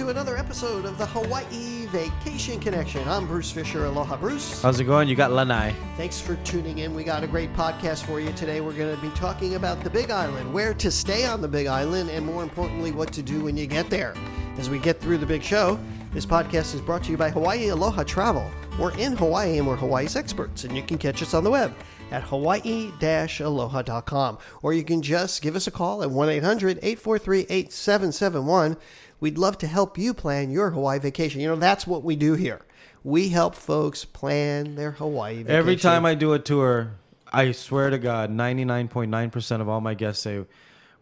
episode of the Hawaii Vacation Connection. I'm Bruce Fisher. Aloha, Bruce. How's it going? You got Lanai. Thanks for tuning in. We got a great podcast for you today. We're going to be talking about the Big Island, where to stay on the Big Island, and more importantly, what to do when you get there. As we get through the big show, this podcast is brought to you by Hawaii Aloha Travel. We're in Hawaii and we're Hawaii's experts, and you can catch us on the web at hawaii aloha.com, or you can just give us a call at 1 800 843 8771. We'd love to help you plan your Hawaii vacation. You know, that's what we do here. We help folks plan their Hawaii vacation. Every time I do a tour, I swear to God, 99.9% of all my guests say,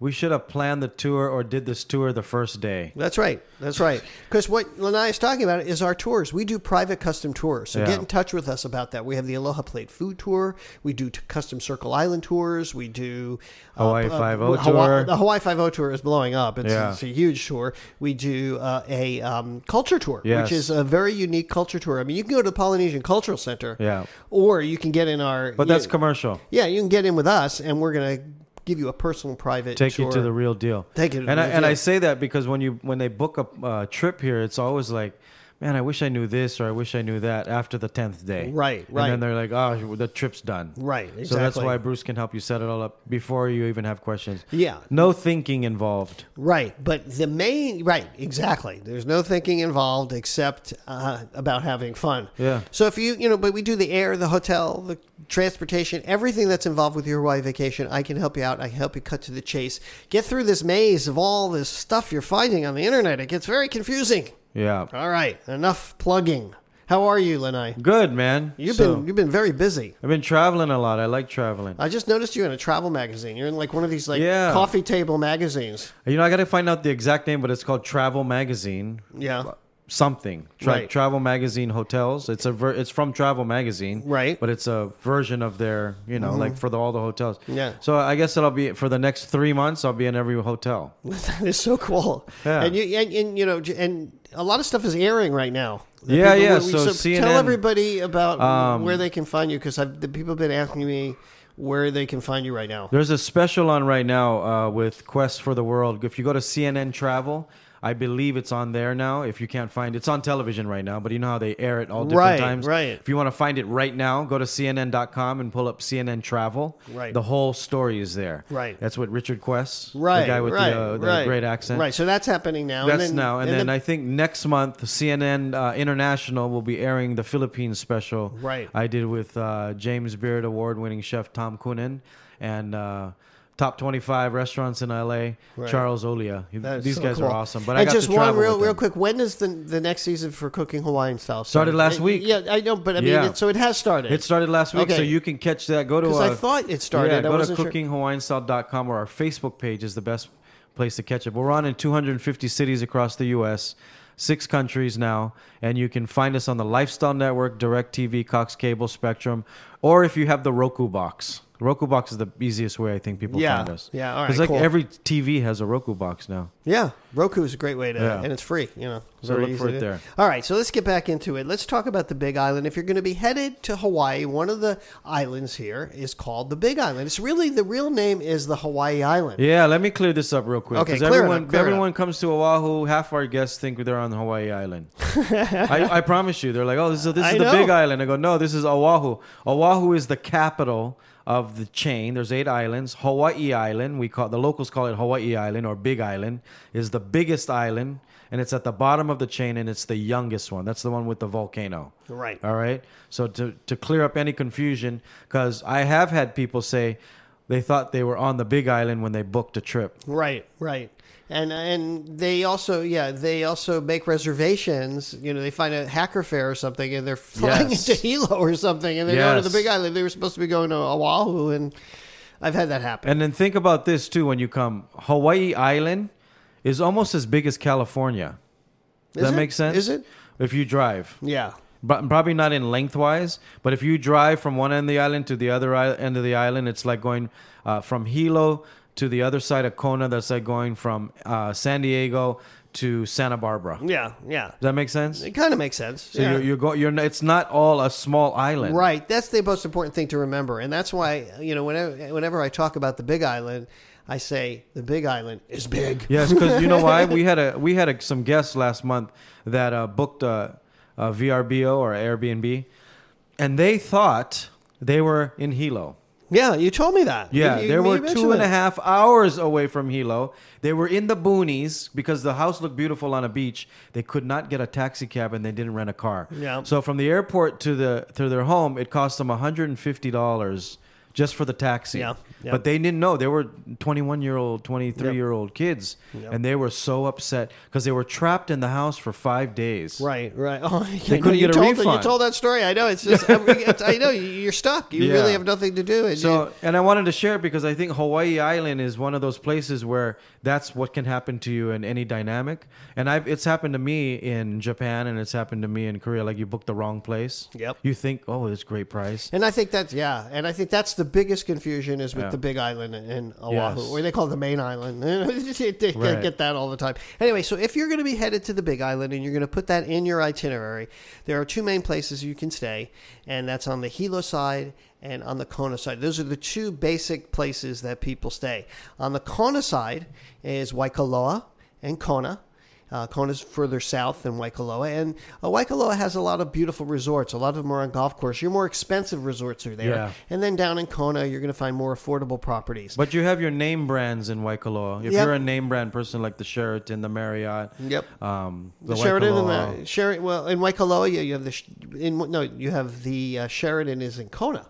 we should have planned the tour or did this tour the first day. That's right. That's right. Because what Lanai is talking about is our tours. We do private custom tours. So Yeah. get in touch with us about that. We have the Aloha Plate Food Tour. We do t- custom Circle Island tours. We do uh, Hawaii 5-0 Hawa- tour. The Hawaii Five O tour is blowing up. It's, Yeah. it's a huge tour. We do uh, a um, culture tour, Yes. which is a very unique culture tour. I mean, you can go to the Polynesian Cultural Center, Yeah. or you can get in our. But that's commercial. yeah, you can get in with us, and we're gonna give you a personal private Take tour. you to the real deal. Take you to the and I, real And I deal. say that because when you when they book a uh, trip here, it's always like, man, I wish I knew this or I wish I knew that after the tenth day. Right, right. And then they're like, oh, the trip's done. Right, So that's exactly. why Bruce can help you set it all up before you even have questions. Yeah. No thinking involved. Right, but the main right exactly. There's no thinking involved except uh, about having fun. Yeah. So if you you know, but we do the air, the hotel, the transportation, everything that's involved with your Hawaii vacation. I can help you out. I can help you cut to the chase. Get through this maze of all this stuff you're finding on the internet. It gets very confusing. Yeah. All right, enough plugging. How are you, Lanai? Good man. You've So, been you've been very busy. I've been traveling a lot. I like traveling. Uh, I just noticed you in a travel magazine. You're in like one of these like Yeah. coffee table magazines. You know, I got to find out the exact name, but it's called Travel Magazine Yeah. something. Tra- Right. Travel Magazine Hotels. It's a ver- it's from Travel Magazine, Right. Mm-hmm. But it's a version of their, you know, like for the, all the hotels. Yeah. So I guess it'll be for the next three months. I'll be in every hotel. That is so cool. Yeah. And you and, and you know j- and a lot of stuff is airing right now. The Yeah, yeah, we- so tell CNN everybody about Um, where they can find you because the people have been asking me where they can find you right now. There's a special on right now uh, with Quest for the World. If you go to CNN Travel, I believe it's on there now. If you can't find it's on television right now, but you know how they air it all different Right, times. right. If you want to find it right now, go to CNN.com and pull up CNN Travel. Right. The whole story is there. Right. That's what Richard Quest, Right, the guy with right, the, uh, the right, great accent. Right, so that's happening now. That's and then, now, and, then, the- I think next month CNN uh, International will be airing the Philippines special. Right. I did with uh, James Beard Award-winning chef Tom Coonan and uh, top 25 restaurants in LA. Right. Charles Olia. that is These so guys cool. are awesome. But and I got just to one travel real with real them. quick. When is the the next season for cooking Hawaiian style? Started start? last I- week. Yeah, I know, but I mean, Yeah. it, so it has started. It started last week, so Okay. you can catch that. Go to because I uh, thought it started. Yeah, I go to wasn't sure. cookinghawaiianstyle.com or our Facebook page is the best place to catch up. We're on in 250 cities across the U.S., six countries now, and you can find us on the Lifestyle Network, DirecTV, Cox Cable, Spectrum, or if you have the Roku box. Roku box is the easiest way I think people Yeah, find us. yeah, all right, Because like cool. every TV has a Roku box now. Yeah, Roku is a great way to, Yeah. and it's free. You know, So very look for easy it to- there. All right, so let's get back into it. Let's talk about the Big Island. If you're going to be headed to Hawaii, one of the islands here is called the Big Island. It's really the real name is the Hawaii Island. Yeah, let me clear this up real quick. Okay, because clear it up, everyone, clear it up. everyone comes to Oahu. Half our guests think they're on Hawaii Island. I, I promise you, they're like, "Oh, this is, this I is the know. Big Island." I go, "No, this is Oahu. Oahu is the capital of the chain. There's eight islands. Hawaii Island, we call the locals call it Hawaii Island or Big Island, is the biggest island, and it's at the bottom of the chain, and it's the youngest one. That's the one with the volcano. Right. All right. So to, to clear up any confusion, because I have had people say they thought they were on the Big Island when they booked a trip. Right, right. And and they also yeah they also make reservations. You know they find a hacker fair or something and they're flying Yes. into Hilo or something and they're going to the Yes. Big Island. They were supposed to be going to Oahu and I've had that happen. And then think about this too when you come. Hawaii Island is almost as big as California. Does Is that it? make sense? Is it? If you drive, Yeah. but probably not in lengthwise, but if you drive from one end of the island to the other i- end of the island, it's like going uh, from Hilo to the other side of Kona. That's like going from uh, San Diego to Santa Barbara. Does Yeah, yeah. that make sense? It kind of makes sense. So yeah. you're, you're go, you're. n- It's not all a small island, Right. That's the most important thing to remember. And that's why, you know, whenever, whenever I talk about the Big Island, I say the Big Island is big. Yes, because you know why we had a we had a, some guests last month that uh, booked a, a VRBO or Airbnb, and they thought they were in Hilo. Yeah, you told me that. Yeah, You- you- they you were mentioned two and it. a half hours away from Hilo. They were in the boonies because the house looked beautiful on a beach. They could not get a taxi cab and they didn't rent a car. Yeah. So from the airport to the to their home, it cost them hundred and fifty dollars just for the taxi. Yeah, yeah. But they didn't know. They were twenty one year old, twenty three Yep. year old kids, Yep. and they were so upset because they were trapped in the house for five days. Right, right. Oh, They I know, couldn't you get a told refund. you told that story. I know. It's just every, it's, I know you- you're stuck. You Yeah. really have nothing to do. And So, and I wanted to share it because I think Hawaii Island is one of those places where that's what can happen to you in any dynamic. And I've it's happened to me in Japan and it's happened to me in Korea. Like you book the wrong place. Yep. You think, oh, it's great price. And I think that's yeah, and I think that's the biggest confusion is with Yeah. the Big Island in Oahu, Yes. or they call it the Main Island. they get- Right. get that all the time. Anyway, so if you're going to be headed to the Big Island and you're going to put that in your itinerary, there are two main places you can stay, and that's on the Hilo side and on the Kona side. Those are the two basic places that people stay. On the Kona side is Waikoloa and Kona. Uh, Kona's further south than Waikoloa, and uh, Waikoloa has a lot of beautiful resorts. A lot of them are on golf course. Your more expensive resorts are there, Yeah. and then down in Kona, you're going to find more affordable properties. But you have your name brands in Waikoloa. If Yep. you're a name brand person like the Sheraton, the Marriott, Yep. um, the Sheridan Waikoloa- and the Sheridan. Well, in Waikoloa, you you have the Sh- in no, you have the uh, Sheridan is in Kona.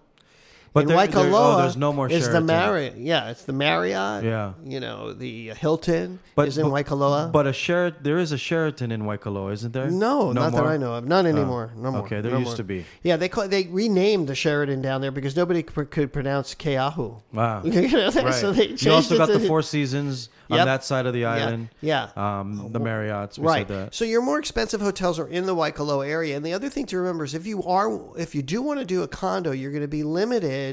But in there- there- oh, Waikoloa, there's no more Is the Sheraton. Marriott? Yeah, it's the Marriott. Yeah. you know the Hilton But- is in but- Waikoloa. But a Sheraton, there is a Sheraton in Waikoloa, isn't there? no, not that more? Oh. I know of. Not anymore. no more. okay, there no used more. to be. Yeah, they call, they renamed the Sheridan down there because nobody could could pronounce Keahu. Wow. You know, Right. so they you also changed got it the to- Four Seasons Yep. on that side of the island. Yeah. Um, the Marriotts. We Uh, Right. Said uh, that. So your more expensive hotels are in the Waikoloa area, and the other thing to remember is if you are if you do want to do a condo, you're going to be limited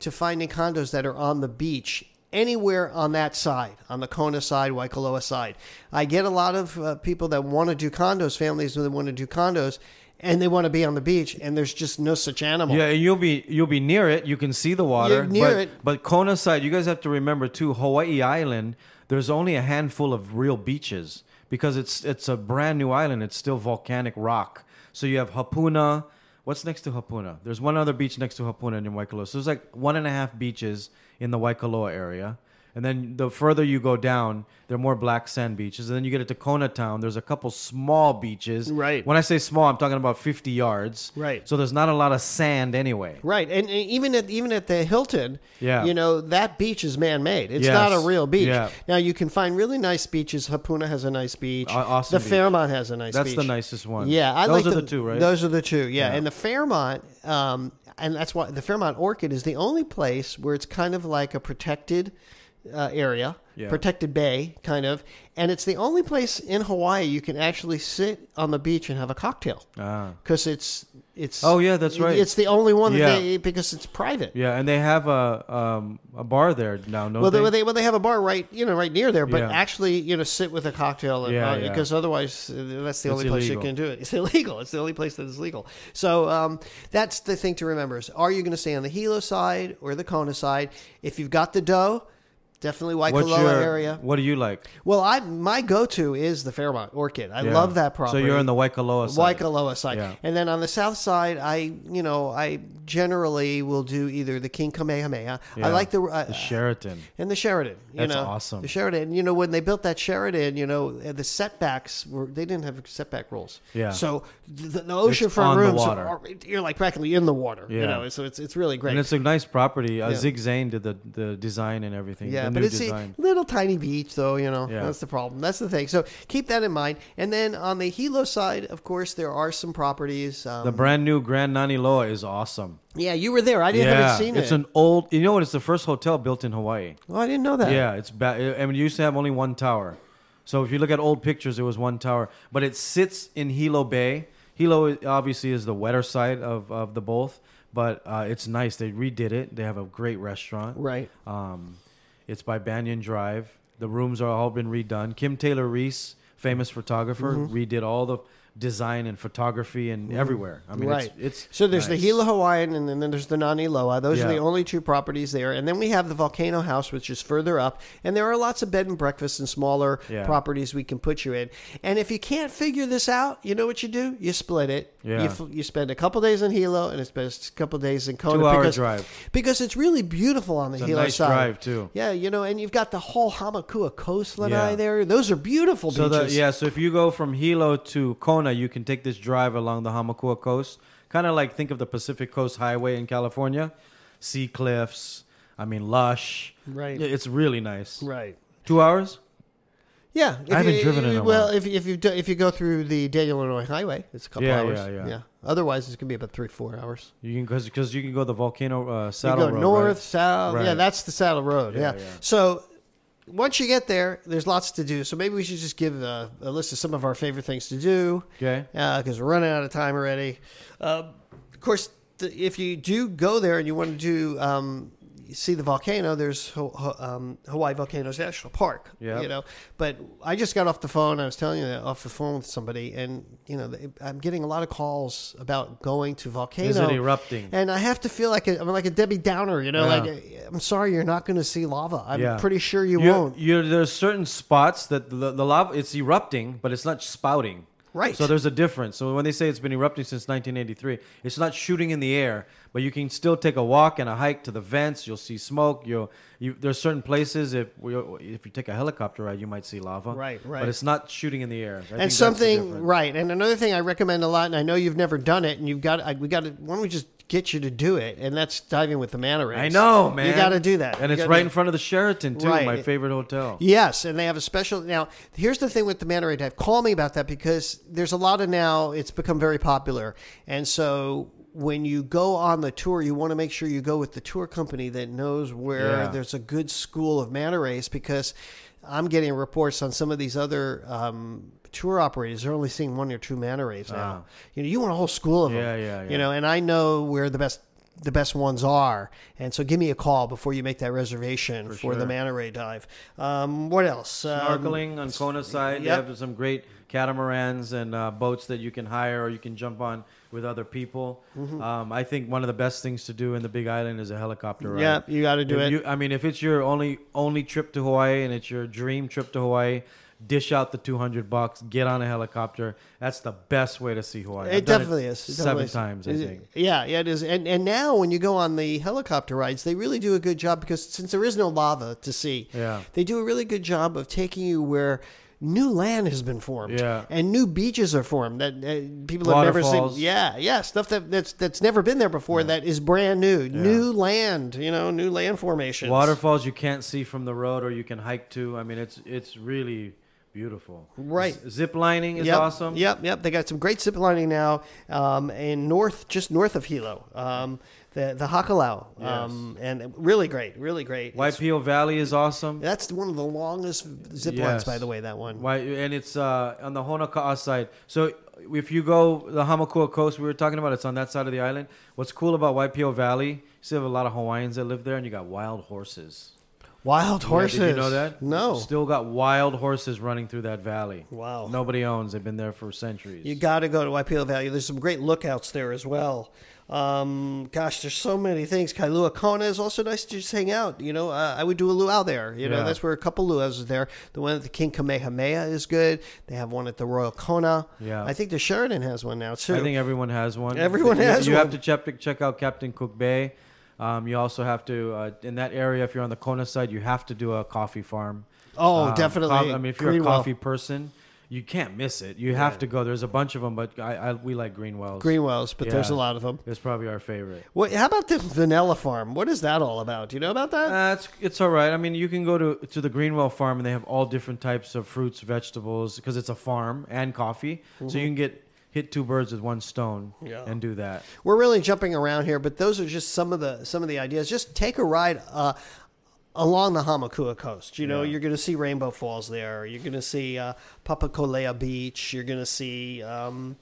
to finding condos that are on the beach anywhere on that side, on the Kona side, Waikoloa side. I get a lot of uh, people that want to do condos, families that want to do condos, and they want to be on the beach, and there's just no such animal. Yeah, and you'll be you'll be near it. You can see the water. You're near but, it. But Kona side, you guys have to remember too. Hawaii Island, there's only a handful of real beaches because it's it's a brand new island. It's still volcanic rock. So you have Hapuna. What's next to Hapuna? There's one other beach next to Hapuna in Waikoloa. So there's like one and a half beaches in the Waikoloa area. And then the further you go down, there are more black sand beaches. And then you get into Kona Town. There's a couple small beaches. Right. When I say small, I'm talking about 50 yards. Right. So there's not a lot of sand anyway. Right, and, and even at even at the Hilton, Yeah. you know that beach is man made. It's Yes. not a real beach. Yeah. Now you can find really nice beaches. Hapuna has a nice beach. Au- Austin the Beach. Fairmont has a nice. That's beach. the nicest one. Yeah, I those like are the, two, right? Those are the two. Yeah, Yeah. and the Fairmont, um, and that's why the Fairmont Orchid is the only place where it's kind of like a protected uh, area, Yeah. protected bay, kind of, and it's the only place in Hawaii you can actually sit on the beach and have a cocktail Ah. because it's it's Oh, yeah, that's right. It's the only one that Yeah. they because it's private. yeah, and they have a um, a bar there now. No, Well, they, well, they well they have a bar right you know right near there, but Yeah. actually you know sit with a cocktail and, Yeah, uh, yeah. because otherwise uh, that's the It's only place you illegal. can do it. It's illegal. It's the only place that is legal. So um, that's the thing to remember: is are you going to stay on the Hilo side or the Kona side? If you've got the dough, definitely What's Waikoloa your area. What do you like? Well, I my go to is the Fairmont Orchid. I Yeah. love that property. So you're in the Waikoloa side. Waikoloa side. Yeah. And then on the south side, I you know I generally will do either the King Kamehameha. Yeah. I like the, uh, the Sheraton. and the Sheridan. You That's know, awesome. The Sheridan. You know, when they built that Sheridan, you know, uh, the setbacks were they didn't have setback rules. Yeah. So the, the oceanfront on the rooms water. are you're like practically in the water. You Yeah. know, so it's it's really great. And it's a nice property. Uh, Yeah. Zig Zane did the, the design and everything. Yeah, the but new it's design. a little tiny beach, though. You know, Yeah. that's the problem. That's the thing. So keep that in mind. And then on the Hilo side, of course, there are some properties. Um, the brand new Grand Naniloa is awesome. yeah, you were there. I didn't yeah, haven't seen it's it. an old. You know what? It's the first hotel built in Hawaii. oh, I didn't know that. Yeah, it's bad. I mean, you used to have only one tower. So if you look at old pictures, it was one tower, but it sits in Hilo Bay. Hilo i- obviously is the wetter side of, of the both, but uh, it's nice. They redid it. They have a great restaurant. Right. Um, it's by Banyan Drive. The rooms are all been redone. Kim Taylor Reese famous photographer, Mm-hmm. redid all the design and photography and everywhere. I mean, right. it's, it's so there's nice. the Gila Hawaiian, and then there's the Nani Loa. Those are Yeah. the only two properties there. And then we have the Volcano House, which is further up. And there are lots of bed and breakfasts and smaller Yeah. properties we can put you in. And if you can't figure this out, you know what you do? You split it. Yeah. You, f- you spend a couple days in Hilo, and it's best a couple days in Kona. Two-hour because, drive. Because it's really beautiful on the a Hilo nice side. drive, too. Yeah, you know, and you've got the whole Hamakua Coast lanai Yeah. there. Those are beautiful So the, beaches. yeah, so if you go from Hilo to Kona, you can take this drive along the Hamakua coast, kind of like think of the Pacific Coast Highway in California, sea cliffs. I mean, lush. Right. Yeah, It's really nice. Right. Two hours. Yeah, if haven't you- driven in a Well, while. if if you do- if you go through the Daniel Illinois Highway, it's a couple Yeah, hours. yeah, yeah. Otherwise, it's gonna be about three four hours. You can because because you can go the volcano uh, You saddle go road. north, right? south. Yeah, Right. that's the saddle road. Yeah, Yeah, yeah. So once you get there, there's lots to do. So maybe we should just give a, a list of some of our favorite things to do. Okay. because we're running out of time already. Um, of course, th- if you do go there and you want to do um, see the volcano, there's Ho- Ho- um, Hawaii Volcanoes National Park. Yep. you know. But I just got off the phone. I was telling you that off the phone with somebody, and you know, they, I'm getting a lot of calls about going to volcano. Is it erupting? And I have to feel like a, I'm like a Debbie Downer, you know. Yeah. Like eh, I'm sorry, you're not going to see lava. I'm Yeah. pretty sure you You- won't. you- there's certain spots that the, the lava it's erupting, but it's not spouting. Right. So there's a difference. So when they say it's been erupting since 1983, it's not shooting in the air, but you can still take a walk and a hike to the vents. You'll see smoke. You'll you, there's certain places if we, if you take a helicopter ride, you might see lava. Right, right. But it's not shooting in the air. I think and that's the something difference. right and another thing i recommend a lot and i know you've never done it and you've got I, we got to why don't we just get you to do it and that's diving with the manta rays I know, man. you got to do that And You it's gotta- right in front of the Sheraton too, Right. my favorite hotel. Yes, and they have a special. Now, here's the thing with the manta ray dive. Call me about that because there's a lot of now. It's become very popular, and so when you go on the tour, you want to make sure you go with the tour company that knows where Yeah. there's a good school of manta rays because I'm getting reports on some of these other. Um, Tour operators are only seeing one or two manta rays now. You know, you want a whole school of them. Ah. Yeah, yeah, You know, and I know where the best the best ones are, and so give me a call before you make that reservation for, the sure. manta ray dive. Um, what else? Um, snorkeling on Kona side. yep. They have some great catamarans and uh, boats that you can hire or you can jump on with other people. Mm-hmm. Um, I think one of the best things to do in the Big Island is a helicopter ride. Yep, you got to do If it. you- I mean, if it's your only only trip to Hawaii and it's your dream trip to Hawaii, dish out the two hundred bucks, get on a helicopter. That's the best way to see Hawaii. it I've done definitely is. It seven definitely is. times. I Is it- think. Yeah, yeah, it is. And and now when you go on the helicopter rides, they really do a good job because since there is no lava to see, Yeah. they do a really good job of taking you where new land has been formed, Yeah. and new beaches are formed that uh, people have never seen. Waterfalls. Yeah, yeah, stuff that that's that's never been there before that is brand new, new land. You know, new land formations. Waterfalls you can't see from the road, or you can hike to. I mean, it's it's really beautiful. Right. Z- zip lining is yep, awesome. Yep, yep. They got some great zip lining now um, in north, just north of Hilo, um, the the Hakalau, um, and really great, really great. It's- Waipio Valley is awesome. that's one of the longest zip lines, Yes. by the way. That one. Why, and it's uh, on the Honoka'a side. So if you go the Hamakua coast, we were talking about, it's on that side of the island. What's cool about Waipio Valley, you still have a lot of Hawaiians that live there, and you got wild horses. Wild Yeah, horses. did you know that? No. Still got wild horses running through that valley. Wow. Nobody owns. They've been there for centuries. You got to go to Waipio Valley. There's some great lookouts there as well. Um, gosh, there's so many things. Kailua Kona is also nice to just hang out. You know, uh, I would do a luau there. You know, Yeah. that's where a couple luau's is there. The one at the King Kamehameha is good. They have one at the Royal Kona. Yeah. I think the Sheridan has one now too. I think everyone has one. Everyone you, has You have one. to check check out Captain Cook Bay. Um, you also have to uh, in that area if you're on the Kona side, you have to do a coffee farm. Oh, Um, definitely. co- I mean, if you're Greenwell. a coffee person, you can't miss it. You have to go. There's a bunch of them, but I, I we like Greenwell's. Greenwells, but there's a Yeah. lot of them. It's probably our favorite. What? How about the vanilla farm? What is that all about? Do you know about that? Uh, it's it's all right. I mean, you can go to to the Greenwell farm and they have all different types of fruits, vegetables because it's a farm and coffee. So you can get hit two birds with one stone Mm-hmm. Yeah. and do that. we're really jumping around here, but those are just some of the some of the ideas. Just take a ride uh, along the Hamakua coast. You know, Yeah. you're going to see Rainbow Falls there. You're going to see uh, Papakolea Beach. You're going to see. Um,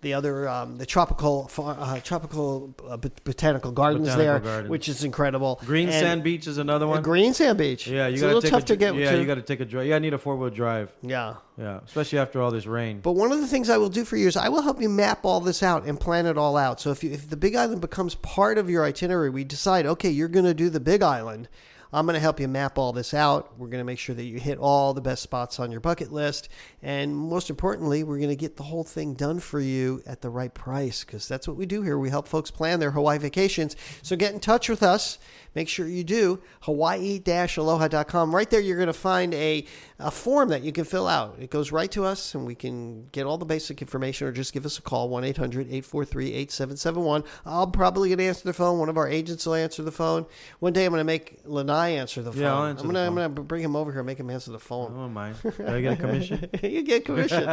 the other um, the tropical far, uh, tropical uh, bot- botanical gardens Botanical there, gardens. which is incredible. Green And- Sand Beach is another uh, one. Green Sand Beach. yeah, you it's a gotta little take tough to get Yeah, to. you got to take a drive. Yeah, I need a four wheel drive. yeah. Yeah, especially after all this rain. But one of the things I will do for you is I will help you map all this out and plan it all out. So if you, if the Big Island becomes part of your itinerary, we decide okay, you're going to do the Big Island. I'm going to help you map all this out. We're going to make sure that you hit all the best spots on your bucket list, and most importantly, we're going to get the whole thing done for you at the right price because that's what we do here. We help folks plan their Hawaii vacations. So get in touch with us. Make sure you do hawaii-aloha.com. Right there, you're going to find a, a form that you can fill out. It goes right to us, and we can get all the basic information or just give us a call, 1-800-843-8771. I'll probably going to answer the phone. One of our agents will answer the phone. One day, I'm going to make Lanai answer the phone. Yeah, I'll answer I'm the gonna- I'm phone. going to bring him over here and make him answer the phone. I don't mind. Do I Oh, get a commission? you get commission.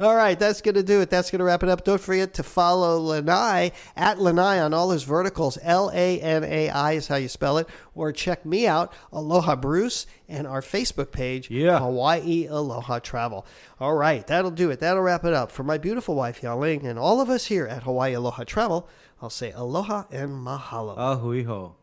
all right, that's going to do it. That's going to wrap it up. Don't forget to follow Lanai at Lanai on all his verticals. L A N A I is how you spell it. Or check me out, Aloha Bruce, and our Facebook page, Yeah. Hawaii Aloha Travel. All right, that'll do it. That'll wrap it up. For my beautiful wife, Yaling, and all of us here at Hawaii Aloha Travel, I'll say aloha and mahalo. Ahuiho.